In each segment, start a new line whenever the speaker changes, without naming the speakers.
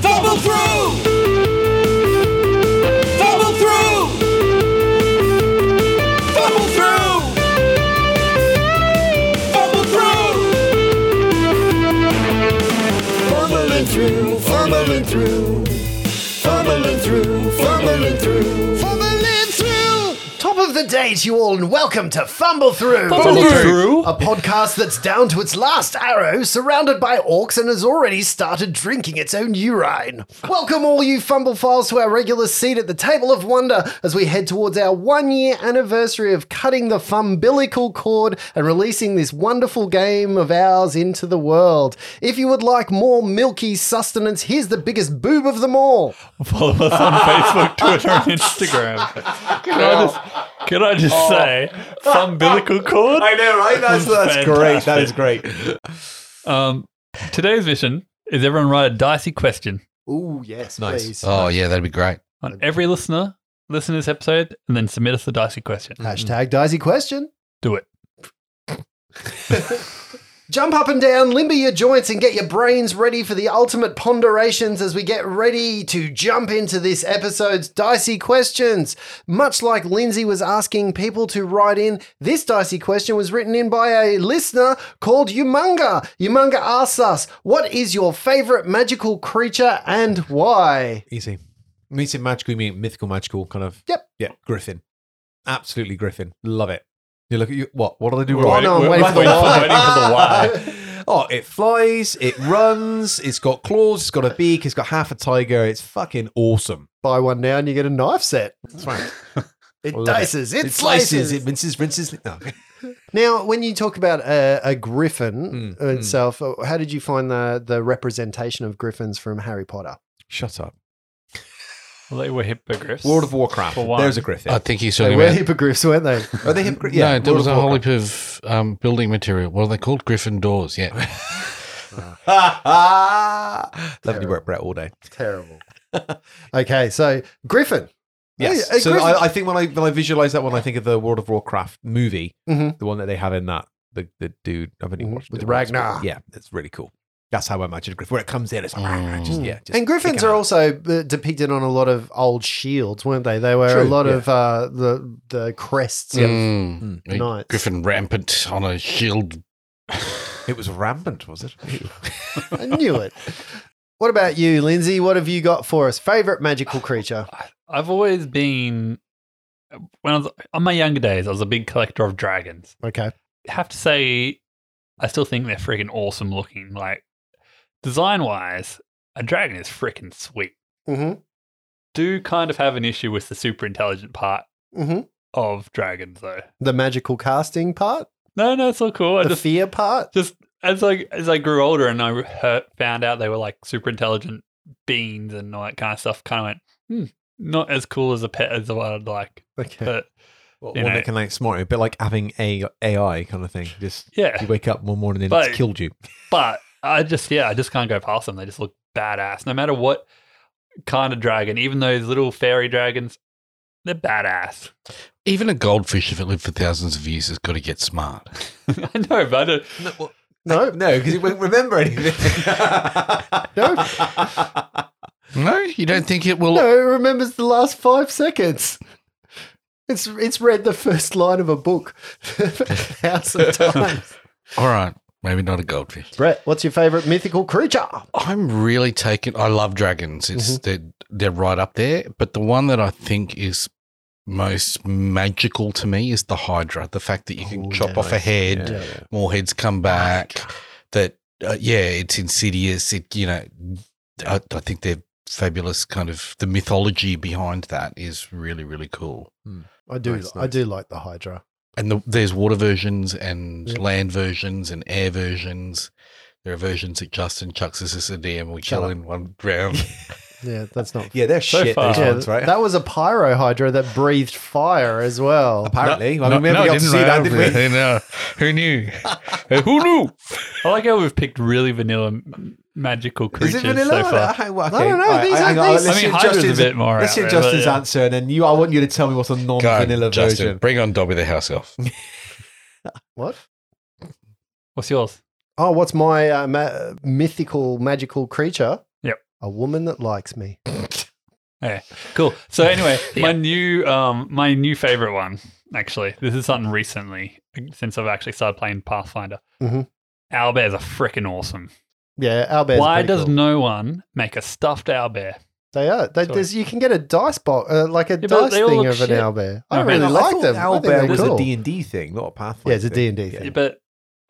Follow through! Follow through! Follow through! Follow through! Fumbling through, fumbling through, fumbling through, fumbling through, fumbling through!
Top of the day to you all, and welcome to Fumble Through.
Fumble Fumble Through. Through.
A podcast that's down to its last arrow, surrounded by orcs, and has already started drinking its own urine. Welcome, all you Fumble Files, to our regular seat at the Table of Wonder as we head towards our one year anniversary of cutting the umbilical cord and releasing this wonderful game of ours into the world. If you would like more milky sustenance, here's the biggest boob of them all.
Follow us on Facebook, Twitter, and Instagram. Can I just, can I just say, umbilical cord?
I know, right? That's, that's great. That is
Fantastic.
great.
Um, today's mission is everyone write a dicey question
Ooh, yes,
Nice.
please.
Oh yeah, that'd be great.
on every listener, listener's episode, and then submit us the dicey question.
Hashtag Dicey question.
Do it.
Jump up and down, limber your joints, and get your brains ready for the ultimate ponderations as we get ready to jump into this episode's dicey questions. Much like Lindsay was asking people to write in, this dicey question was written in by a listener called Yumunga. Yumunga asks us, What is your favorite magical creature and why?
Easy. We mean magical, we mean mythical, magical kind of.
Yep.
Yeah. Griffin. Absolutely Griffin. Love it. You look at you. What? What did I do
We're
wrong?
waiting-
no, I'm
we're
waiting for
waiting
the
for-
why.
waiting for the why.
Oh, it flies, it runs, it's got claws, it's got a beak, it's got half a tiger. It's fucking awesome.
Buy one now and you get a knife set.
That's right.
It
I love
dices, it,
It
slices,
slices, it minces, rinses. No.
Now, when you talk about a, a griffin
Mm, mm.
itself, uh, how did you find the the representation of griffins from Harry Potter?
Shut up.
Well, they were hippogriffs.
World of Warcraft.
For one.
There's a griffin.
I think he's
They
talking
were
about.
hippogriffs, weren't they?
Are they hip?
Yeah,
Uh, Yeah,
no, there
World
was a
of
whole
Warcraft.
heap of um, building material. What are they called? Griffin doors. Yeah,
Lovely work, Brett, all day.
Terrible. okay, so griffin.
Yes.
Hey, a
so
griffin-
I, I think when I when I visualize that one, I think of the World of Warcraft movie,
Mhm.
the one that they have in that the the dude. I've only
Mhm.
watched
With
it once,
Ragnar.
but Yeah, it's really cool. That's how I imagine a griffin. Where it comes in, it's like,
Mm.
just, yeah. Just
and griffins
kicking
are
out.
also uh, depicted on a lot of old shields, weren't they? They were a
True,
lot
yeah.
of uh, the the crests of
Mm. A
knights.
Griffin rampant on a shield.
It was rampant, was it?
I knew it. What about you, Lindsay? What have you got for us? Favorite magical creature?
I- I've always been, when I was on my younger days, I was a big collector of dragons.
Okay.
have to say, I still think they're freaking awesome looking. Like, design wise, a dragon is freaking sweet.
Mm-hmm.
Do kind of have an issue with the super intelligent part
Mm-hmm.
of dragons, though.
The magical casting part,
No, no, it's all cool. I
the
just,
fear part.
just as I as I grew older and I heard, found out they were like super intelligent beings and all that kind of stuff, kind of went, hmm, not as cool as a pet as what I'd like,
Okay.
but
Well,
You
one
know.
that can like smart you, a bit like having a AI kind of thing. Just you
yeah,
wake up one morning and
But-
it's killed you.
but I just yeah, I just can't go past them. They just look badass, no matter what kind of dragon. Even those little fairy dragons, they're badass.
Even a goldfish, if it lived for thousands of years, has got to get smart.
I know, but I don't,
No, well,
No,
no, because you won't remember anything.
No.
No, you don't think it will.
No, it remembers the last five seconds. It's it's read the first line of a book thousands of times.
All right, maybe not a goldfish.
Brett, what's your favourite mythical creature?
I'm really taken. I love dragons. It's they're, they're right up there. But the one that I think is most magical to me is the Hydra. The fact that you can
Oh,
chop
yeah,
off a head.
Yeah.
more heads come back. That uh, yeah, it's insidious. It you know, I, I think they're fabulous. Kind of the mythology behind that is really really cool.
I do
Nice,
I
nice.
do like the Hydra.
And the, there's water versions and
Yep.
land versions and air versions. There are versions that Justin chucks us as a DM. We
Shut
kill
up.
in one round.
Yeah, that's not
Yeah, they're
So
shit.
far.
Those
Yeah,
ones, right?
That was a pyro hydra that breathed fire as well.
Apparently, I
No-
mean, we
no,
haven't got to
didn't
see
I?
that, did we?
No. who knew? Uh, who knew?
I like how we've picked really vanilla m- magical creatures so far.
I, well,
I don't know, these aren't
hang on,
these-
let's
I
hear
mean, Hydra's
Justin's-
a bit more
Let's
out
hear
there, but
Justin's
yeah.
answer, and then you. I want you to tell me what's a
Go,
non-vanilla
Justin,
version.
bring on Dobby the house elf.
What?
What's yours?
Oh, what's my uh, ma- mythical magical creature?
Yep.
A woman that likes me.
Okay, cool. So anyway, my new um my new favorite one actually. This is something recently since I've actually started playing Pathfinder.
Mhm.
Owlbears are freaking awesome.
Yeah, our bear's
Why
pretty
does
cool.
no one make a stuffed owlbear?
They are. They,
Sorry.
there's, you can get a dice box, uh, like a
but
dice
they all
thing
look
of an
shit.
owlbear. I
No,
really
man,
like them. I think
Owlbear
they're
was
cool.
a D&D thing, not a Pathfinder.
yeah, it's a
thing.
D&D thing.
Yeah.
But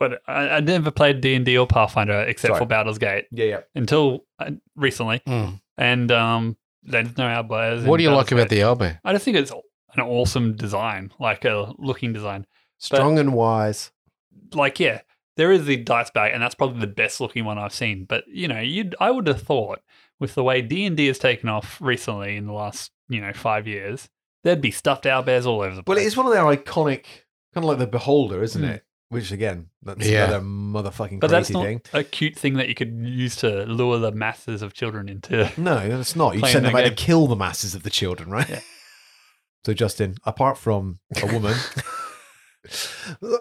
but I, I never played D and D or Pathfinder except
Sorry.
for Baldur's Gate
Yeah, yeah.
until uh, recently,
Mm.
and um there's no owlbears.
What
in
do you like
Baldur's
about
Gate.
the elbow?
I just think it's an awesome design, like a looking design.
Strong and wise.
like yeah, there is the dice bag, and that's probably the best looking one I've seen. But you know, you would I would have thought with the way D and D has taken off recently in the last you know five years, there'd be stuffed owlbears all over the place.
Well, it is one of their iconic, kind of like the Beholder, isn't
Hmm.
it? Which, again, that's
Yeah.
another motherfucking
but that's
crazy
not
thing.
a cute thing that you could use to lure the masses of children into.
No, that's not. You
Playing
send them
that
out to
game.
kill the masses of the children, right?
Yeah.
So, Justin, apart from a woman,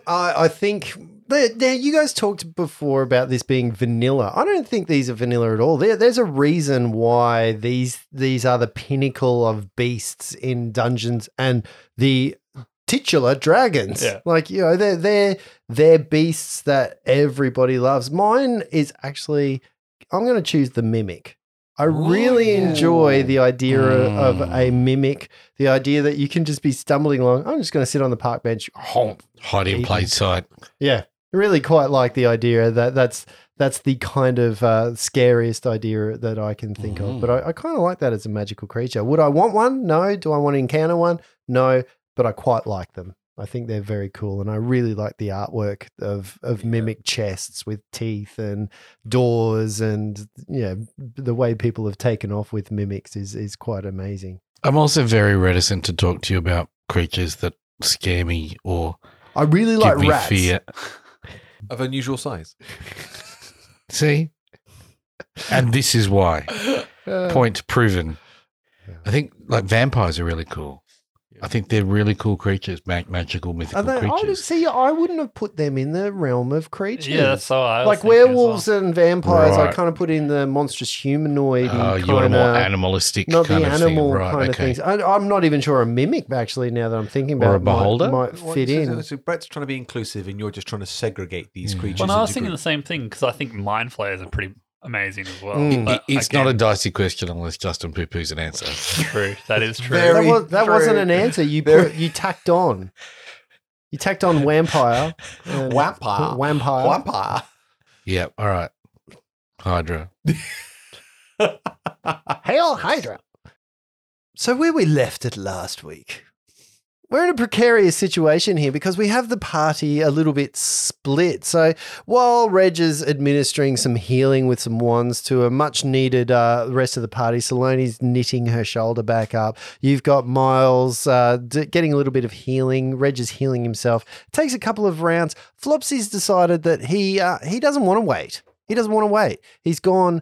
I, I think that now you guys talked before about this being vanilla. I don't think these are vanilla at all. There, there's a reason why these these are the pinnacle of beasts in dungeons and the titular dragons.
Yeah.
Like you know, they're they're they're beasts that everybody loves. Mine is actually I'm going to choose the mimic. I really enjoy the idea of
Mm.
a mimic. The idea that you can just be stumbling along. I'm just going to sit on the park bench. Honk,
Hide in plain sight.
yeah, I really quite like the idea that that's that's the kind of uh, scariest idea that I can think of. But
Mm.
I, I kind of like that as a magical creature. Would I want one? No. Do I want to encounter one? No. But I quite like them. I think they're very cool, and I really like the artwork of of mimic chests with teeth and doors, and yeah, the way people have taken off with mimics is is quite amazing.
I'm also very reticent to talk to you about creatures that scare me or
I really like
give me
rats.
fear.
of unusual size.
See? And this is why.
Uh,
Point proven.
Yeah.
I think like vampires are really cool. I think they're really cool creatures, mag- magical mythical
Are they, I would
creatures.
see. I wouldn't have put them in the realm of creatures.
yeah, that's so I was
like
thinking as
werewolves and vampires. I
Right.
kind of put in the monstrous humanoid.
Oh, you want a
kind
more
of
animalistic
not the
kind of
animal
thing, right?
kind of
okay.
things. I, I'm not even sure a mimic actually. Now that I'm thinking about
Or a
it, might-
beholder?
might, fit in.
So Brett's trying to be inclusive, and you're just trying to segregate these
Yeah.
creatures.
Well, no, I was
into
thinking the
groups.
same thing because I think mind flayers are pretty amazing as well.
Mm.
It-
but
It's
again,
not a dicey question unless Justin poo poos an answer.
true. That is true.
Very-
that was, that
true.
wasn't an answer. You
Very-
put, you tacked on. You tacked on vampire. and-
Wampire.
Vampire.
Wampire.
yeah, all right. Hydra.
Hail Hydra. So, where we left it last week, we're in a precarious situation here because we have the party a little bit split. So, while Reg is administering some healing with some wands to a much needed uh, rest of the party, Salone's knitting her shoulder back up. You've got Miles uh, d- getting a little bit of healing. Reg is healing himself. Takes a couple of rounds. Flopsy's decided that he uh, he doesn't want to wait. He doesn't want to wait. He's gone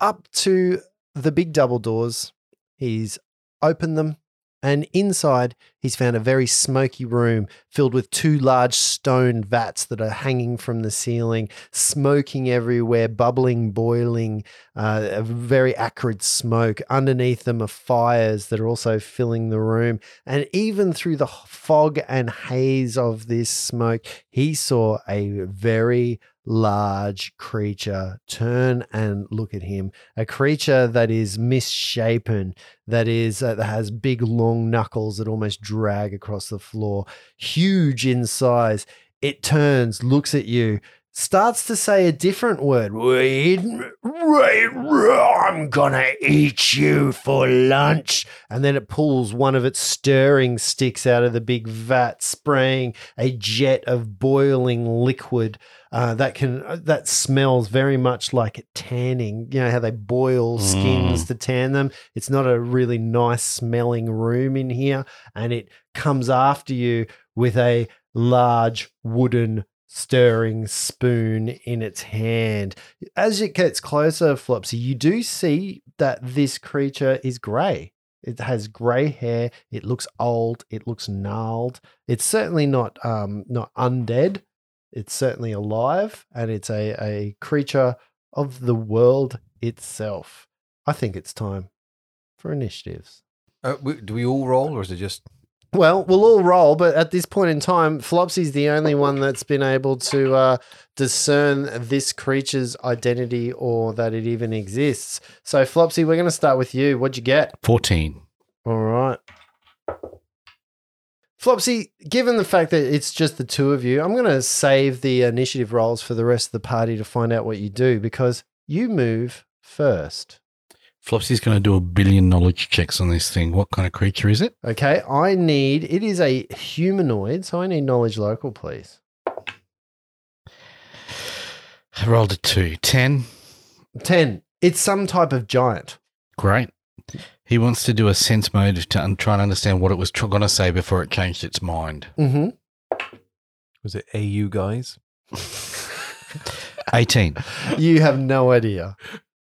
up to the big double doors. He's opened them, and inside he's found a very smoky room filled with two large stone vats that are hanging from the ceiling, smoking everywhere, bubbling, boiling, uh, a very acrid smoke. Underneath them are fires that are also filling the room. And even through the fog and haze of this smoke, he saw a very large creature turn and look at him a creature that is misshapen, that is uh, that has big long knuckles that almost drag across the floor, huge in size. It turns, looks at you, starts to say a different word. Wait, wait, I'm gonna eat you for lunch. And then it pulls one of its stirring sticks out of the big vat, spraying a jet of boiling liquid uh, that can uh, that smells very much like tanning. You know how they boil skins to tan them. It's not a really nice smelling room in here, and it comes after you with a large wooden stirring spoon in its hand. As it gets closer, Flopsy, you do see that this creature is grey. It has grey hair. It looks old. It looks gnarled. It's certainly not um, not undead it's certainly alive and it's a, a creature of the world itself. I think it's time for initiatives.
Uh, we, do we all roll, or is it just
Well, we'll all roll, but at this point in time, Flopsy's the only one that's been able to uh, discern this creature's identity or that it even exists. So, Flopsy, we're going to start with you. What'd you get?
14.
All right. Flopsy, given the fact that it's just the two of you, I'm going to save the initiative rolls for the rest of the party to find out what you do because you move first.
Flopsy's going to do a billion knowledge checks on this thing. What kind of creature is it?
Okay, I need it is a humanoid, so I need knowledge local, please.
I rolled a two. 10.
10. It's some type of giant.
Great. He wants to do a sense mode to un- try and understand what it was tr- going to say before it changed its mind.
Mm-hmm.
was it AU guys?
18.
You have no idea.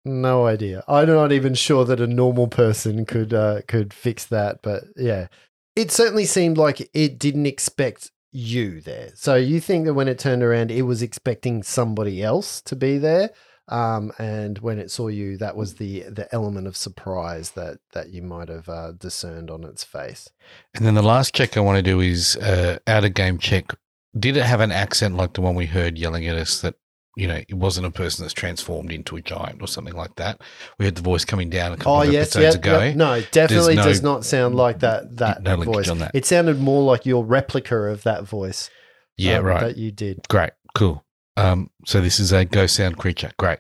No idea. I'm not even sure that a normal person could uh, could fix that, but yeah. It certainly seemed like it didn't expect you there. So you think that when it turned around it was expecting somebody else to be there. Um, and when it saw you, that was the the element of surprise that that you might have uh, discerned on its face.
And then the last check I want to do is uh, out of game check. Did it have an accent like the one we heard yelling at us that, you know, it wasn't a person that's transformed into a giant or something like that? We heard the voice coming down a couple
Oh
of
yes,
episodes
yep,
ago.
yep. No, definitely
no-
does not sound like that. That
no linkage
voice.
on that.
It sounded more like your replica of that voice.
Yeah,
um,
right.
That you did.
Great. Cool. Um, so this is a ghost sound creature. Great.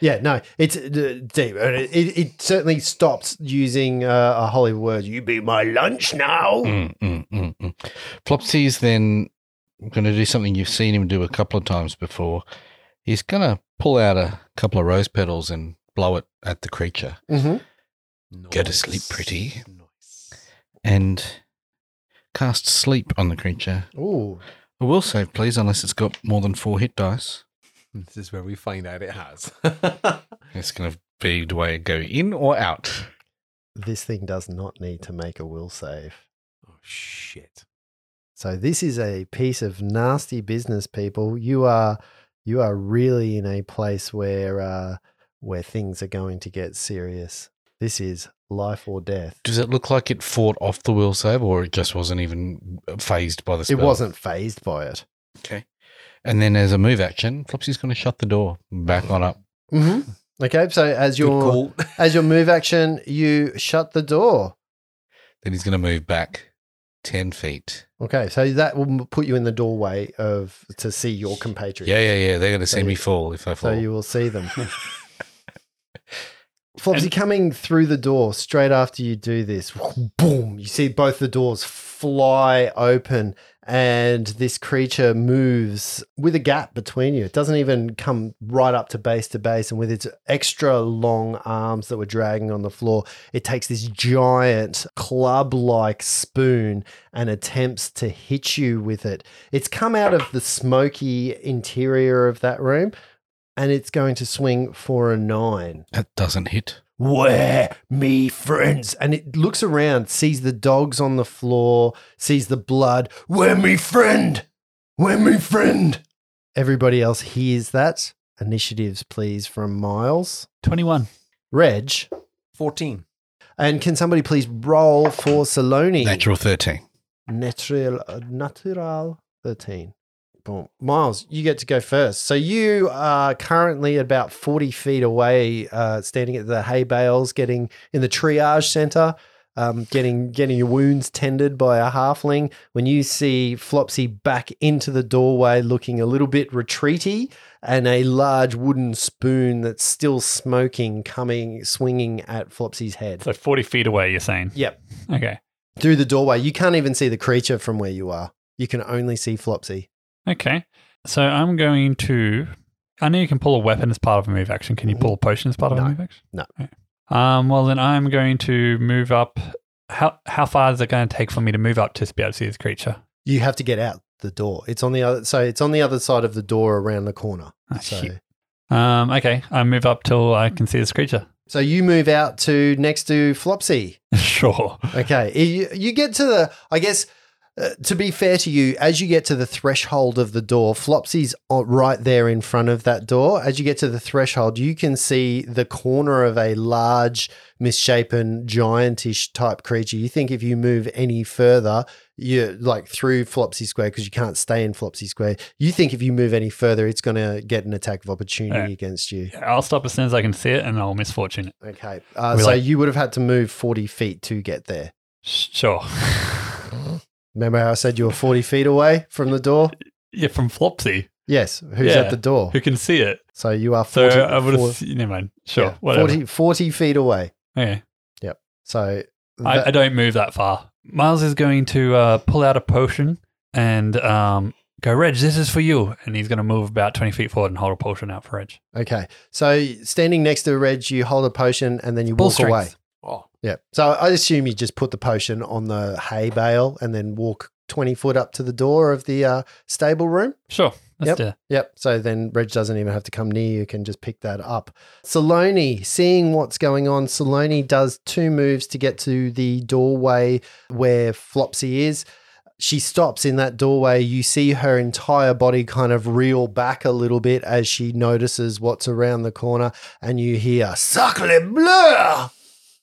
Yeah, no, it's uh, deep. And It, it, it certainly stops using uh, a holy word. You be my lunch now.
Mm, mm, mm, mm. Flopsy's then going to do something you've seen him do a couple of times before. He's going to pull out a couple of rose petals and blow it at the creature.
hmm
Go to sleep, pretty. and cast sleep on the creature.
Ooh,
A will save, please, unless it's got more than four hit dice.
This is where we find out it has.
It's going to be do I go in or out?
this thing does not need to make a will save.
oh shit!
So this is a piece of nasty business, people. You are you are really in a place where uh, where things are going to get serious. This is life or death.
Does it look like it fought off the will save, or it just wasn't even phased by the
It
spell?
wasn't phased by it.
Okay. And then as a move action, Flopsy's going to shut the door back on up.
Mm-hmm. Okay, so as
Good
your
call.
as your move action, you shut the door.
Then he's going to move back ten feet.
Okay, so that will m- put you in the doorway of to see your compatriots.
Yeah, yeah, yeah. They're going to see
So
me
you-
fall if I
So
fall.
you will see them. Flopsy coming through the door straight after you do this. Boom! You see both the doors fly open, and this creature moves with a gap between you. It doesn't even come right up to base to base, and with its extra long arms that were dragging on the floor, it takes this giant club like spoon and attempts to hit you with it. It's come out of the smoky interior of that room and it's going to swing for a nine.
that doesn't hit.
Where me friends? And it looks around, sees the dogs on the floor, sees the blood. Where me friend? Where me friend? Everybody else hears that. Initiatives, please, from Miles,
21.
Reg,
Fourteen.
and can somebody please roll for Saloni?
Natural thirteen.
Natural, uh, natural 13. Boom. Miles, you get to go first. So you are currently about 40 feet away, uh, standing at the hay bales, getting in the triage center, um, getting getting your wounds tended by a halfling. When you see Flopsy back into the doorway, looking a little bit retreaty, and a large wooden spoon that's still smoking coming swinging at Flopsy's head.
So 40 feet away, you're saying?
Yep.
Okay.
Through the doorway, you can't even see the creature from where you are. You can only see Flopsy.
Okay. So I'm going to. I know you can pull a weapon as part of a move action. Can you pull a potion as part of
No.
a move action?
No.
Okay. Um, well, then I'm going to move up. How how far is it going to take for me to move up to be able to see this creature?
you have to get out the door. It's on the other so it's on the other side of the door around the corner.
Ah,
so
shit. Um, okay. I move up till I can see this creature.
so you move out to next to Flopsy.
sure.
Okay. you, you get to the I guess uh, to be fair to you, as you get to the threshold of the door, Flopsy's o- right there in front of that door. As you get to the threshold, you can see the corner of a large, misshapen, giantish type creature. You think if you move any further, you like through Flopsy Square because you can't stay in Flopsy Square. You think if you move any further, it's going to get an attack of opportunity
Yeah.
against you.
I'll stop as soon as I can see it, and I'll misfortune it.
Okay, uh,
We
so
like-
you would have had to move forty feet to get there.
Sure.
Remember how I said you were forty feet away from the door?
yeah, from Flopsy,
Yes. Who's
Yeah.
at the door?
who can see it.
So you are
So
40,
I would
four-
have. Never mind. Sure.
yeah,
whatever.
40, 40 feet away.
Okay.
So
I,
that-
I don't move that far. Miles is going to uh, pull out a potion and um, go, Reg, this is for you. And he's going to move about 20 feet forward and hold a potion out for Reg.
okay. So standing next to Reg, you hold a potion and then you
Full
walk
strength.
away. Yeah. So I assume you just put the potion on the hay bale and then walk twenty foot up to the door of the uh, stable room.
Sure. Let's do it.
Yep. So then Reg doesn't even have to come near you, can just pick that up. Saloni, seeing what's going on, Saloni does two moves to get to the doorway where Flopsy is. She stops in that doorway. You see her entire body kind of reel back a little bit as she notices what's around the corner, and you hear "Sacre bleu,"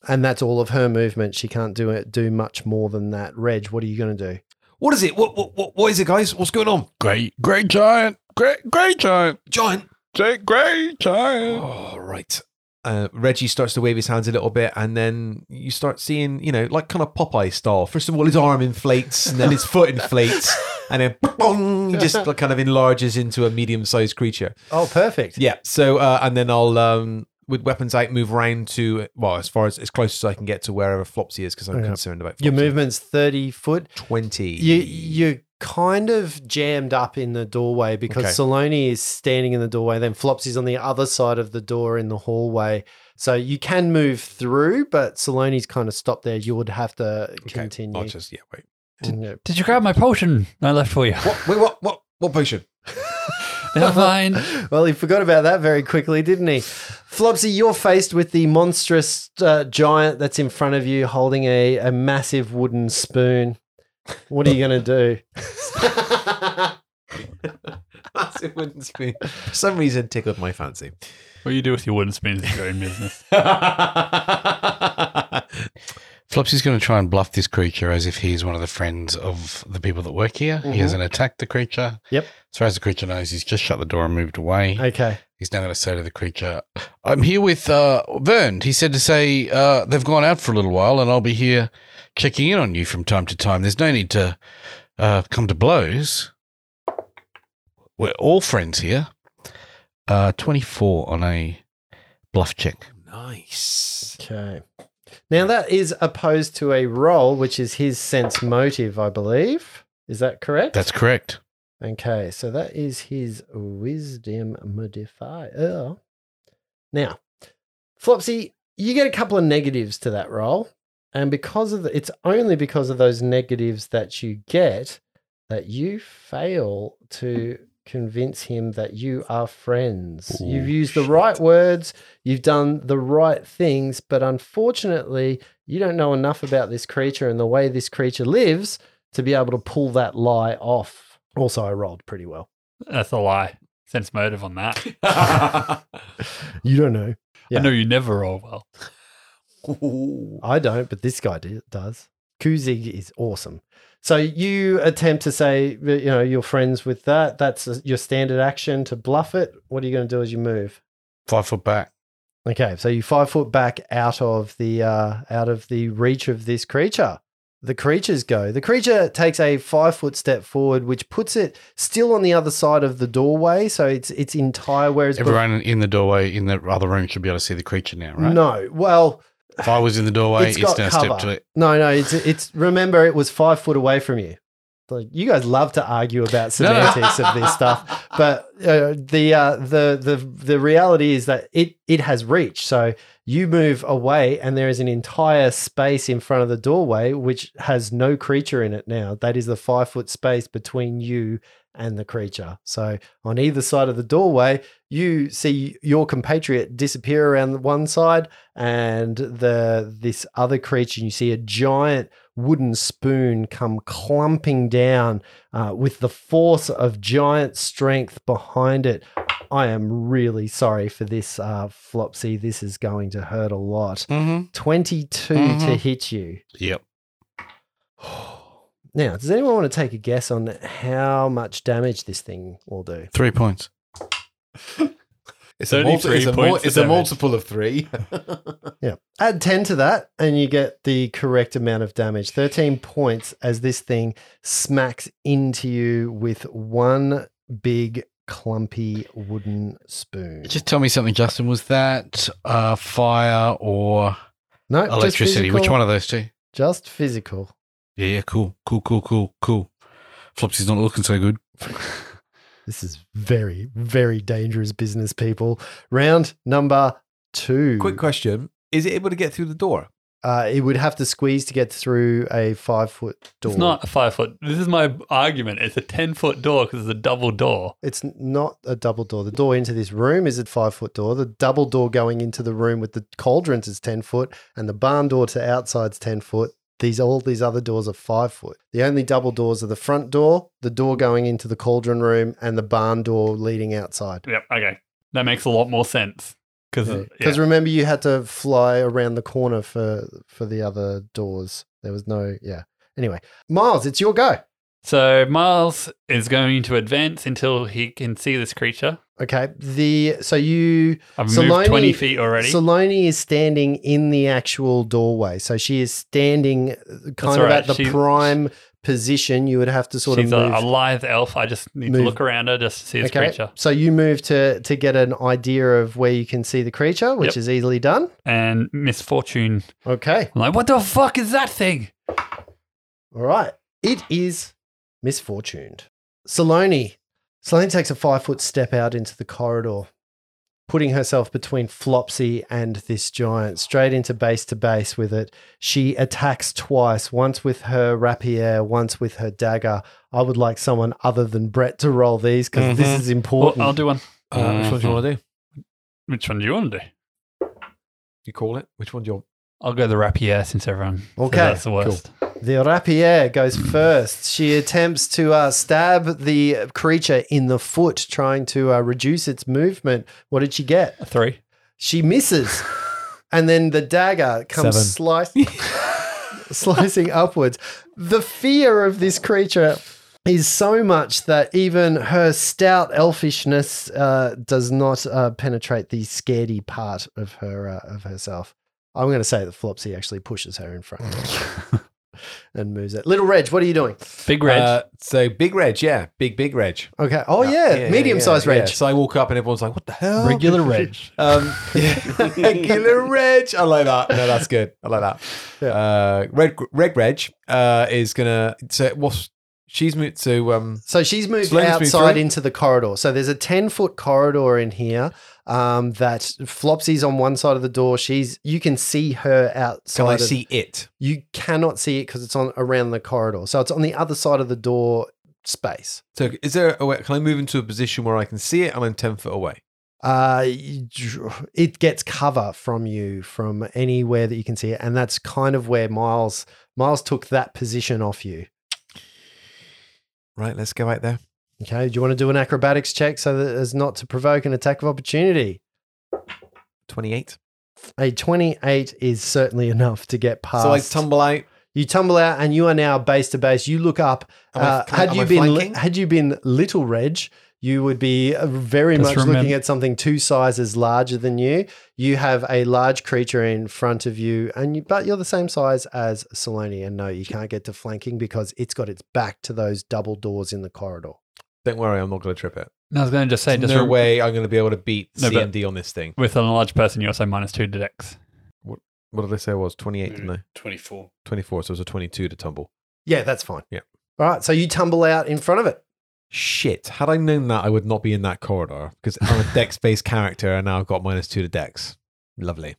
and that's all of her movement. She can't do it, do much more than that. Reg, what are you going to do?
What is it? What, what, what, what is it, guys? What's going on?
Great, great giant, great, great giant,
Giant.
great, great giant.
Oh, right. Uh, Reggie starts to wave his hands a little bit, and then you start seeing, you know, like kind of Popeye style. First of all, his arm inflates, and then his foot inflates, and then bong, he just like, kind of enlarges into a medium-sized creature.
Oh, perfect.
Yeah. So, uh, and then I'll, um, with weapons out, move around to well, as far as as close as I can get to wherever Flopsy is, because I'm
Yeah.
concerned about Flopsy.
Your movement's thirty foot.
twenty.
you you're kind of jammed up in the doorway because
Okay.
Saloni is standing in the doorway, then Flopsy's on the other side of the door in the hallway. So you can move through, but Saloni's kind of stopped there. You would have to
Okay,
continue.
I'll just yeah. Wait.
Yeah.
Did you grab my potion I left for you?
What? Wait. What? What? What potion?
Never mind.
well, he forgot about that very quickly, didn't he? Flopsy, you're faced with the monstrous uh, giant that's in front of you holding a, a massive wooden spoon. What are you going to do?
Massive wooden spoon. For some reason, tickled my fancy.
What you do with your wooden spoons is your own business.
Flopsy's going to try and bluff this creature as if he's one of the friends of the people that work here.
Mhm.
He hasn't attacked the creature.
Yep.
As far as the creature knows, he's just shut the door and moved away.
okay.
He's now going to say to the creature, I'm here with uh, Vern. He said to say uh, they've gone out for a little while and I'll be here checking in on you from time to time. There's no need to uh, come to blows. We're all friends here. Uh, 24 on a bluff check.
nice.
Okay. Now that is opposed to a roll, which is his sense motive, I believe. Is that correct?
That's correct.
okay. So that is his wisdom modifier. Now, Flopsy, you get a couple of negatives to that roll, and because of the, it's only because of those negatives that you get that you fail to convince him that you are friends. You've
Oh,
used the
shit.
right words, you've done the right things, but unfortunately, you don't know enough about this creature and the way this creature lives to be able to pull that lie off. Also, I rolled pretty well.
That's a lie. Sense motive on that.
You don't know. Yeah.
I know you never roll well.
I don't, but this guy do, does. Kuzig is awesome. So you attempt to say, uh, you know, you're friends with that. That's your standard action to bluff it. What are you going to do as you move?
Five foot back.
Okay, so you five foot back out of the uh, out of the reach of this creature. The creatures go. The creature takes a five foot step forward, which puts it still on the other side of the doorway. So it's it's entire. Whereas bef-
Everyone in the doorway in the other room should be able to see the creature now, right?
no, well,
If I was in the doorway,
It's
it's,
got
now
cover.
stepped to it.
No, no, it's it's remember it was five foot away from you. Like you guys love to argue about
No, no.
semantics of this stuff, but uh, the uh, the the the reality is that it it has reach. So you move away, and there is an entire space in front of the doorway which has no creature in it now. That is the five foot space between you and the creature. So on either side of the doorway, you see your compatriot disappear around one side, and the this other creature. You see a giant wooden spoon come clumping down uh, with the force of giant strength behind it. I am really sorry for this, uh, Flopsy. This is going to hurt a lot.
Mm-hmm.
22 to
Mhm.
hit you.
Yep.
Now, does anyone want to take a guess on how much damage this thing will do?
Three points.
It's
Only three
it's a,
points
it's
of
a
damage.
multiple of three.
Add 10 to that, and you get the correct amount of damage 13 points as this thing smacks into you with one big, clumpy wooden spoon.
Just tell me something, Justin. Was that uh, fire or
no, just
electricity? Which
physical.
one of those two?
Just physical.
Yeah, yeah, cool, cool, cool, cool, cool. Flopsy's not looking so good.
This is very, very dangerous business, people. Round number two.
Quick question: Is it able to get through the door?
Uh, it would have to squeeze to get through a five foot door.
It's not a five foot. This is my argument. It's a ten foot door because it's a double door.
It's not a double door. The door into this room is a five foot door. The double door going into the room with the cauldrons is ten foot, and the barn door to outside's ten foot. These all these other doors are five foot. The only double doors are the front door, the door going into the cauldron room, and the barn door leading outside.
Yep. Okay, that makes a lot more sense because
Because remember, you had to fly around the corner for for the other doors. There was no yeah. Anyway, Miles, it's your go.
So Miles is going to advance until he can see this creature.
Okay, the so you
I've
Saloni-
moved twenty feet already.
Saloni is standing in the actual doorway. So she is standing uh, kind of
right.
at the
She-
prime position. You would have to sort
She's
of
a,
move.
a lithe elf. I just need to
Move.
look around her just to see this creature.
So you move to to get an idea of where you can see the creature, which
Yep.
is easily done.
And misfortune.
Okay.
I'm like, what the fuck is that thing?
All right. It is misfortuned. Saloni. Saloni takes a five foot step out into the corridor, putting herself between Flopsy and this giant, straight into base to base with it. She attacks twice, once with her rapier, once with her dagger. I would like someone other than Brett to roll these because this is
Mhm.
Mm-hmm. Well,
important.
I'll do one.
Uh, which one do you want to do?
Which one do you want to do?
You call it. Which one do you? want?
I'll go the rapier since everyone. says
Okay,
that's the worst.
The rapier goes first. She attempts to uh, stab the creature in the foot, trying to uh, reduce its movement. What did she get?
A three.
She misses. And then the dagger comes
Seven.
slicing, slicing upwards. The fear of this creature is so much that even her stout elfishness uh, does not uh, penetrate the scaredy part of her uh, of herself. I'm going to say that Flopsy actually pushes her in front and moves it. Little Reg, what are you doing?
Big red.
Uh, so big reg, yeah, big big reg. Uh,
Okay. Oh yeah, medium sized
yeah.
Reg.
So I walk up and everyone's like, "What the hell?"
regular red.
Um, yeah. regular reg. I like that. No, that's good. I like that. Uh, red red reg uh, is gonna. So what's she's moved to? Um,
So she's moved
Selena's moved
outside
through.
into the corridor. So there's a 10 foot corridor in here um, that Flopsy's on one side of the door. She's you can see her outside.
can I
of-
see it?
You cannot see it because it's on around the corridor. So it's on the other side of the door space.
So is there? A way, can I move into a position where I can see it? and I'm ten foot away.
Uh, you- it gets cover from you from anywhere that you can see it, and that's kind of where Miles Miles took that position off you.
Right. Let's go out there.
Okay, do you want to do an acrobatics check so that as not to provoke an attack of opportunity?
Twenty eight.
A 28 is certainly enough to get past.
So I tumble out.
you tumble out and you are now base to base. You look up.
Am I-
Uh,
can I-
had
am
you
I
been
flanking?
had you been little Reg, you would be uh, very
Just
much
remem-
looking at something two sizes larger than you. You have a large creature in front of you, and you, but you're the same size as Saloni. And no, you can't get to flanking because it's got its back to those double doors in the corridor.
Don't worry, I'm not going to trip it.
No, I was going to just say,
There's
just
no
rem-
way I'm going to be able to beat
No, but-
CMD on this thing.
with an enlarged person, you also minus two to dex.
What did I say? I was 28, didn't I?
24.
24. So it was a 22 to tumble.
Yeah, that's fine.
Yeah.
All right, so you tumble out in front of it.
Shit. Had I known that, I would not be in that corridor because I'm a dex based character and now I've got minus two to dex. Lovely.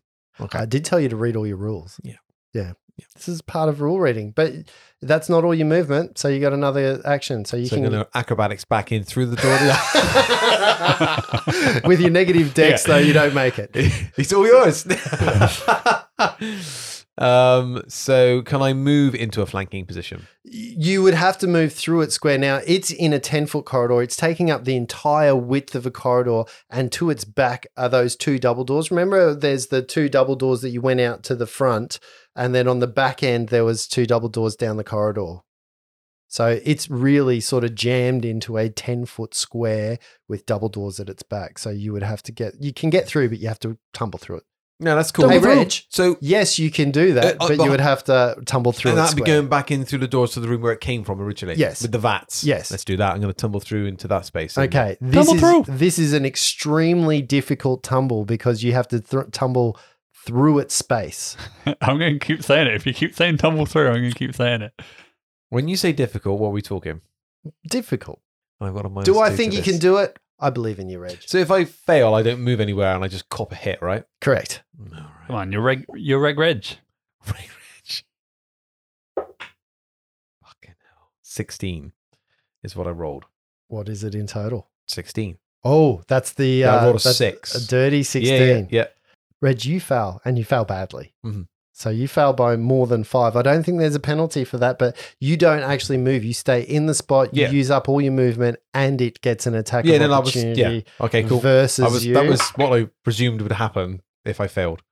I did tell you to read all your rules.
Yeah.
Yeah. This is part of rule reading, but that's not all your movement. So you got another action. So you
so
can.
I'm going to acrobatics back in through the door.
With your negative dex,
Yeah.
though, you don't make it.
it's all yours. Um, so can I move into a flanking position?
You would have to move through its square. Now, it's in a 10 foot corridor. It's taking up the entire width of a corridor, and to its back are those two double doors. Remember, there's the two double doors that you went out to the front, and then on the back end, there was two double doors down the corridor. So it's really sort of jammed into a 10 foot square with double doors at its back. So you would have to get, you can get through, but you have to tumble through it.
No, that's cool.
Hey, Reg.
So
Yes, you can do that,
Uh, uh,
but
but-
you would have to tumble through
and
its
that'd be
square.
going back in through the doors to the room where it came from originally.
Yes.
With the vats.
Yes.
Let's do that. I'm going to tumble through into that space. and-
Okay, this
Tumble
is
through.
this is an extremely difficult tumble because you have to thr tumble through its space.
I'm going to keep saying it. If you keep saying tumble through, I'm going to keep saying it.
When you say difficult, what are we talking?
Difficult.
I've got a minus
Do I
two
think
to
you
this.
can do it? I believe in you, Reg.
So if I fail, I don't move anywhere and I just cop a hit, right?
Correct.
All right.
Come on, you're reg, you're reg reg.
Ray Rich. Fucking hell. 16 is what I rolled.
What is it in total?
16.
Oh, that's the
Yeah, I
uh,
rolled a
that's
six.
a dirty sixteen.
Yeah, yeah, yeah.
Reg, you fail, and you fail badly.
Mhm.
So you fail by more than five. I don't think there's a penalty for that, but you don't actually move. You stay in the spot. You
Yeah.
use up all your movement, and it gets an attack
Yeah,
of
then I was-
opportunity
Okay, cool.
versus
I was,
you.
that was what I presumed would happen if I failed.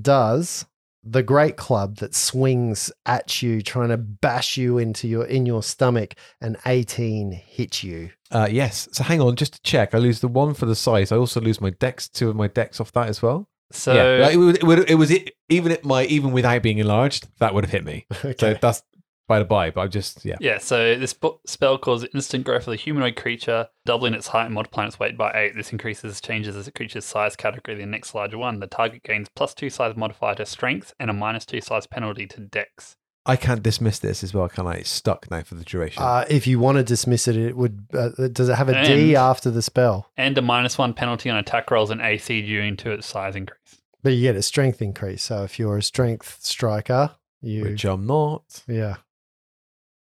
does the great club that swings at you trying to bash you into your in your stomach an 18 hit you
Uh, yes. So hang on, just to check. I lose the one for the size. I also lose my decks, two of my decks off that as well.
So
yeah. Like, it, would, it, would, it was it, even at my even without being enlarged, that would have hit me. So that's by the by, but I'm just yeah.
Yeah, so this bo- spell causes instant growth for the humanoid creature, doubling its height and multiplying its weight by eight. This increases changes as the creature's size category to the next larger one. The target gains plus two size modifier to strength and a minus two size penalty to dex.
I can't dismiss this as well, can I? It's stuck now for the duration.
uh, if you want to dismiss it it would uh, does it have a D
And-
after the spell
And a minus one penalty on attack rolls and AC due to its size increase.
but you get a strength increase so if you're a strength striker you
which I'm not.
yeah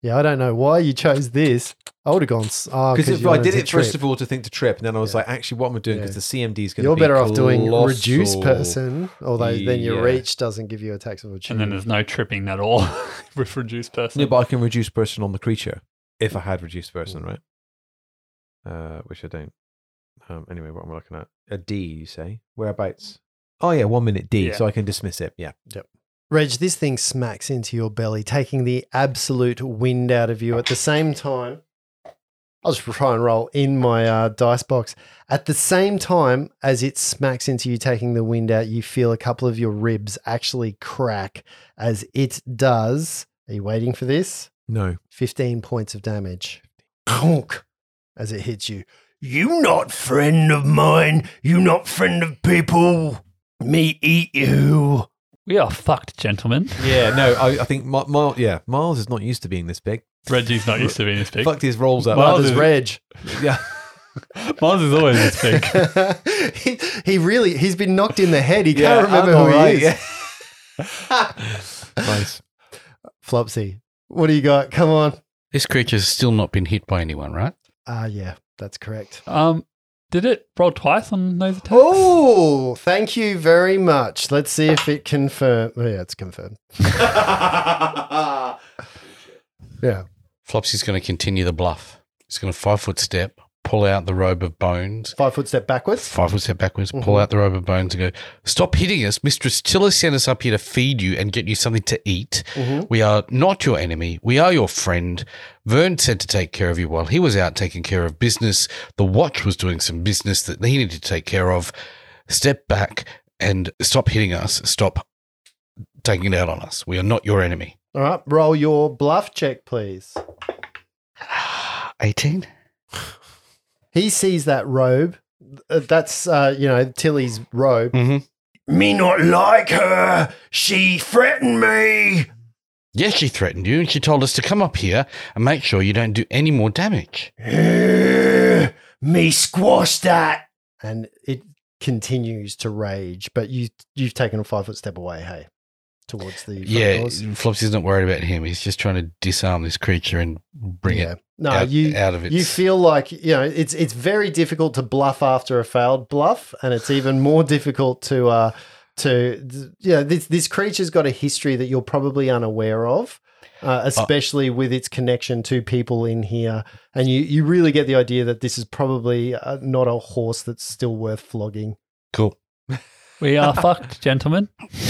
yeah i don't know why you chose this i would have gone s- oh,
Because
you
I
wanted
did
to
it first
trip.
of all to think to trip, and then I was
Yeah.
like, actually, what am I doing?
Yeah.
Because the CMD is going to
you're
be
better off doing reduce
colossal.
person although then your
Yeah.
reach doesn't give you attacks of
And
opportunity
then there's no tripping at all with reduced person.
No, but I can reduce person on the creature if I had reduced person, right? Uh, which I don't. Um, anyway, what am I looking at? A D, you say? Whereabouts? Oh yeah, one minute D,
Yeah.
so I can dismiss it. Yeah.
Reg, this thing smacks into your belly, taking the absolute wind out of you. At the same time, I'll just try and roll in my uh, dice box. At the same time as it smacks into you, taking the wind out, you feel a couple of your ribs actually crack as it does. Are you waiting for this?
No.
15 points of damage. Conk as it hits you. You not friend of mine. You not friend of people. Me eat you.
We are fucked, gentlemen.
Yeah. No. I, I think Miles. yeah, Miles is not used to being this big.
Reggie's not used to being this big.
Fucked his rolls up.
Miles
Well, there's
is-
Reg.
yeah.
Mars is always this big.
he, he really he's been knocked in the head. He
Yeah,
can't remember
I'm
who
alright,
he is.
yeah. Nice.
Flopsy, what do you got? Come on.
This creature's still not been hit by anyone, right?
Ah, yeah, that's correct.
Um, did it roll twice on those attacks?
Oh, thank you very much. Let's see if it confirm. oh, yeah, it's confirmed. Yeah.
Flopsy's going to continue the bluff. He's going to five foot step, pull out the robe of bones,
Five foot step backwards.
five foot step backwards, pull
Mhm.
out the robe of bones, and go, Stop hitting us. Mistress Tilla sent us up here to feed you and get you something to eat.
Mm-hmm.
Mhm.
Mm-hmm. We are not your enemy. We are your friend. Vern said to take care of you while he was out taking care of business. The watch was doing some business that he needed to take care of. Step back and stop hitting us. Stop taking it out on us. We are not your enemy.
All right, roll your bluff check, please.
18?
He sees that robe. Uh, That's uh, you know Tilly's robe.
Mm hmm.
Me not like her. She threatened me.
Yes, she threatened you and she told us to come up here and make sure you don't do any more damage.
Eh, Me squash that.
and it continues to rage. But you you've taken a five foot step away, hey, towards the front
yeah,
doors.
Flopsy's not worried about him. He's just trying to disarm this creature and bring
yeah.
it
No,
out,
you
out of its.
you feel like you know it's it's very difficult to bluff after a failed bluff, and it's even more difficult to uh, to yeah this this creature's got a history that you're probably unaware of uh, especially with its connection to people in here and you you really get the idea that this is probably uh, not a horse that's still worth flogging
Cool.
We are fucked, gentlemen.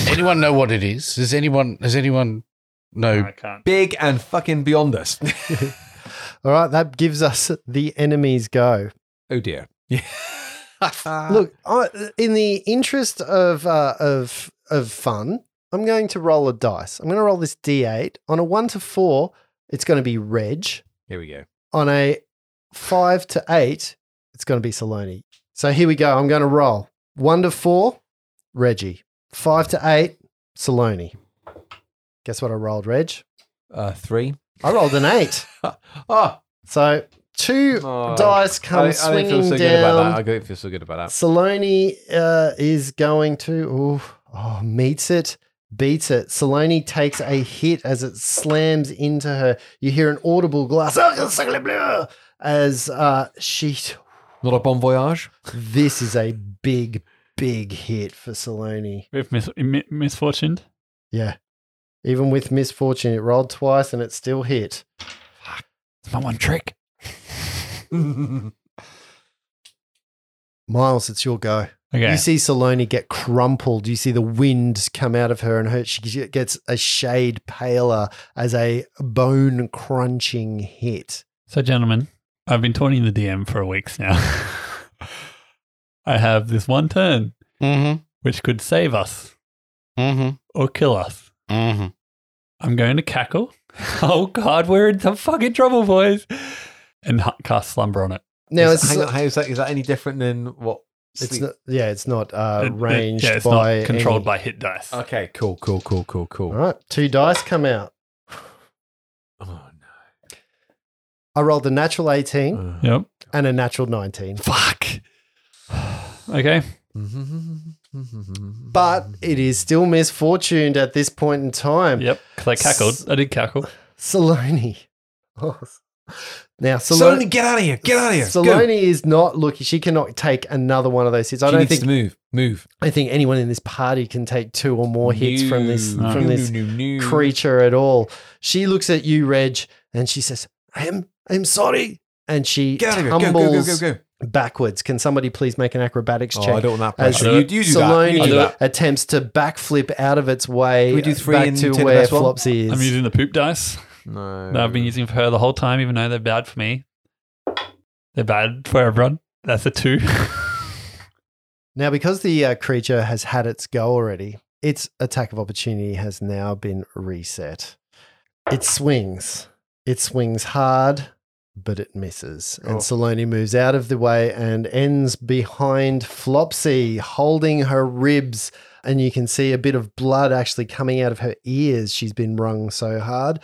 Anyone know what it is? Does anyone? Does anyone know?
I can't.
Big and fucking beyond us.
all right that gives us the enemies go
oh dear. Ah, Yeah.
Look, I, in the interest of uh, of of fun, I'm going to roll a dice. I'm going to roll this d8 on a one to four. It's going to be Reg.
Here we go.
On a five to eight, it's going to be Saloni. So here we go. I'm going to roll one to four, Reggie. Five to eight, Saloni. Guess what I rolled, Reg?
Uh, three.
I rolled an eight.
Oh,
So two
Oh.
dice come
I, I
swinging
don't feel so
down.
good about that. I don't feel so good about that.
Saloni uh, is going to ooh, oh meets it, beats it. Saloni takes a hit as it slams into her. You hear an audible glass Oh, as uh, she.
Not a bon voyage.
This is a big, big hit for Saloni.
We've mis- mi- misfortuned.
Yeah, even with misfortune, it rolled twice and it still hit.
It's my one trick.
Miles, it's your go.
Okay.
You see Saloni get crumpled. You see the wind come out of her, and her she g- gets a shade paler as a bone crunching hit.
So, gentlemen, I've been taunting the DM for a week now. I have this one turn
Mm-hmm.
which could save us
Mm-hmm.
or kill us.
Mm-hmm.
I'm going to cackle. Oh God, we're in some fucking trouble, boys. And hu- cast slumber on it.
Now
Is-
it's
hang on, how is that? Is that any different than what?
it's
sleep-
not yeah it's not uh,
It- it-
ranged
yeah, it's
by
not controlled
any-
by hit dice.
Okay, cool, cool, cool, cool, cool.
All right, two dice come out.
Oh,
I rolled a natural
no.
eighteen
Uh,
Yep.
and a natural nineteen,
Fuck. okay.
but it is still misfortuned at this point in time.
Yep. Because I cackled. I did cackle.
Saloni. Oh. Now Saloni.
Saloni, get out of here! Get out of here! Go.
Saloni is not looking. She cannot take another one of those hits. I
she
don't
needs
think.
to move, move.
I think anyone in this party can take two or more hits from this
No.
from
No,
this
no, no, no.
creature at all. She looks at you, Reg, and she says, "I'm I'm sorry." And she
Get out of here! Go, go, go,
tumbles
go, go!
backwards. Can somebody please make an acrobatics
Oh, I
check?
don't want that
As
pressure. You, you do that.
Saloni
You do that.
attempts to backflip out of its way
Can we do three
back
and
to
take the
where
best one?
Flopsy is.
I'm using the poop dice
No,
that I've been using for her the whole time, even though they're bad for me. They're bad for everyone. That's a two.
Now, because the uh, creature has had its go already, its attack of opportunity has now been reset. It swings. It swings hard, but it misses.
Oh.
And Saloni moves out of the way and ends behind Flopsy, holding her ribs. And you can see a bit of blood actually coming out of her ears. She's been wrung so hard.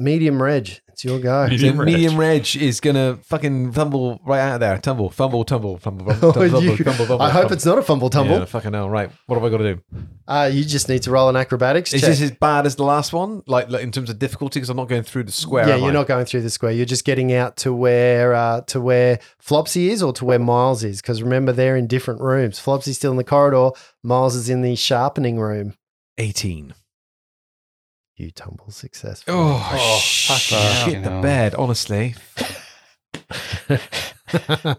Medium Reg, it's your go.
Medium
The
reg.
medium reg is gonna fucking tumble right out of there. Tumble, fumble, tumble, fumble, fumble, tumble,
Oh, You-
tumble, tumble, tumble.
I hope it's not a fumble tumble.
Yeah, fucking hell. Right. What have I got to do?
Uh, you just need to roll an acrobatics
Is
check.
this as bad as the last one? Like, like in terms of difficulty, because I'm not going through the square.
Yeah,
am
you're
I?
not going through the square. You're just getting out to where uh, to where Flopsy is or to where Miles is. Because remember, they're in different rooms. Flopsy's still in the corridor. Miles is in the sharpening room.
18.
You tumble successful.
Oh,
Oh,
shit,
fucking hell.
shit the bed. Honestly, Oh.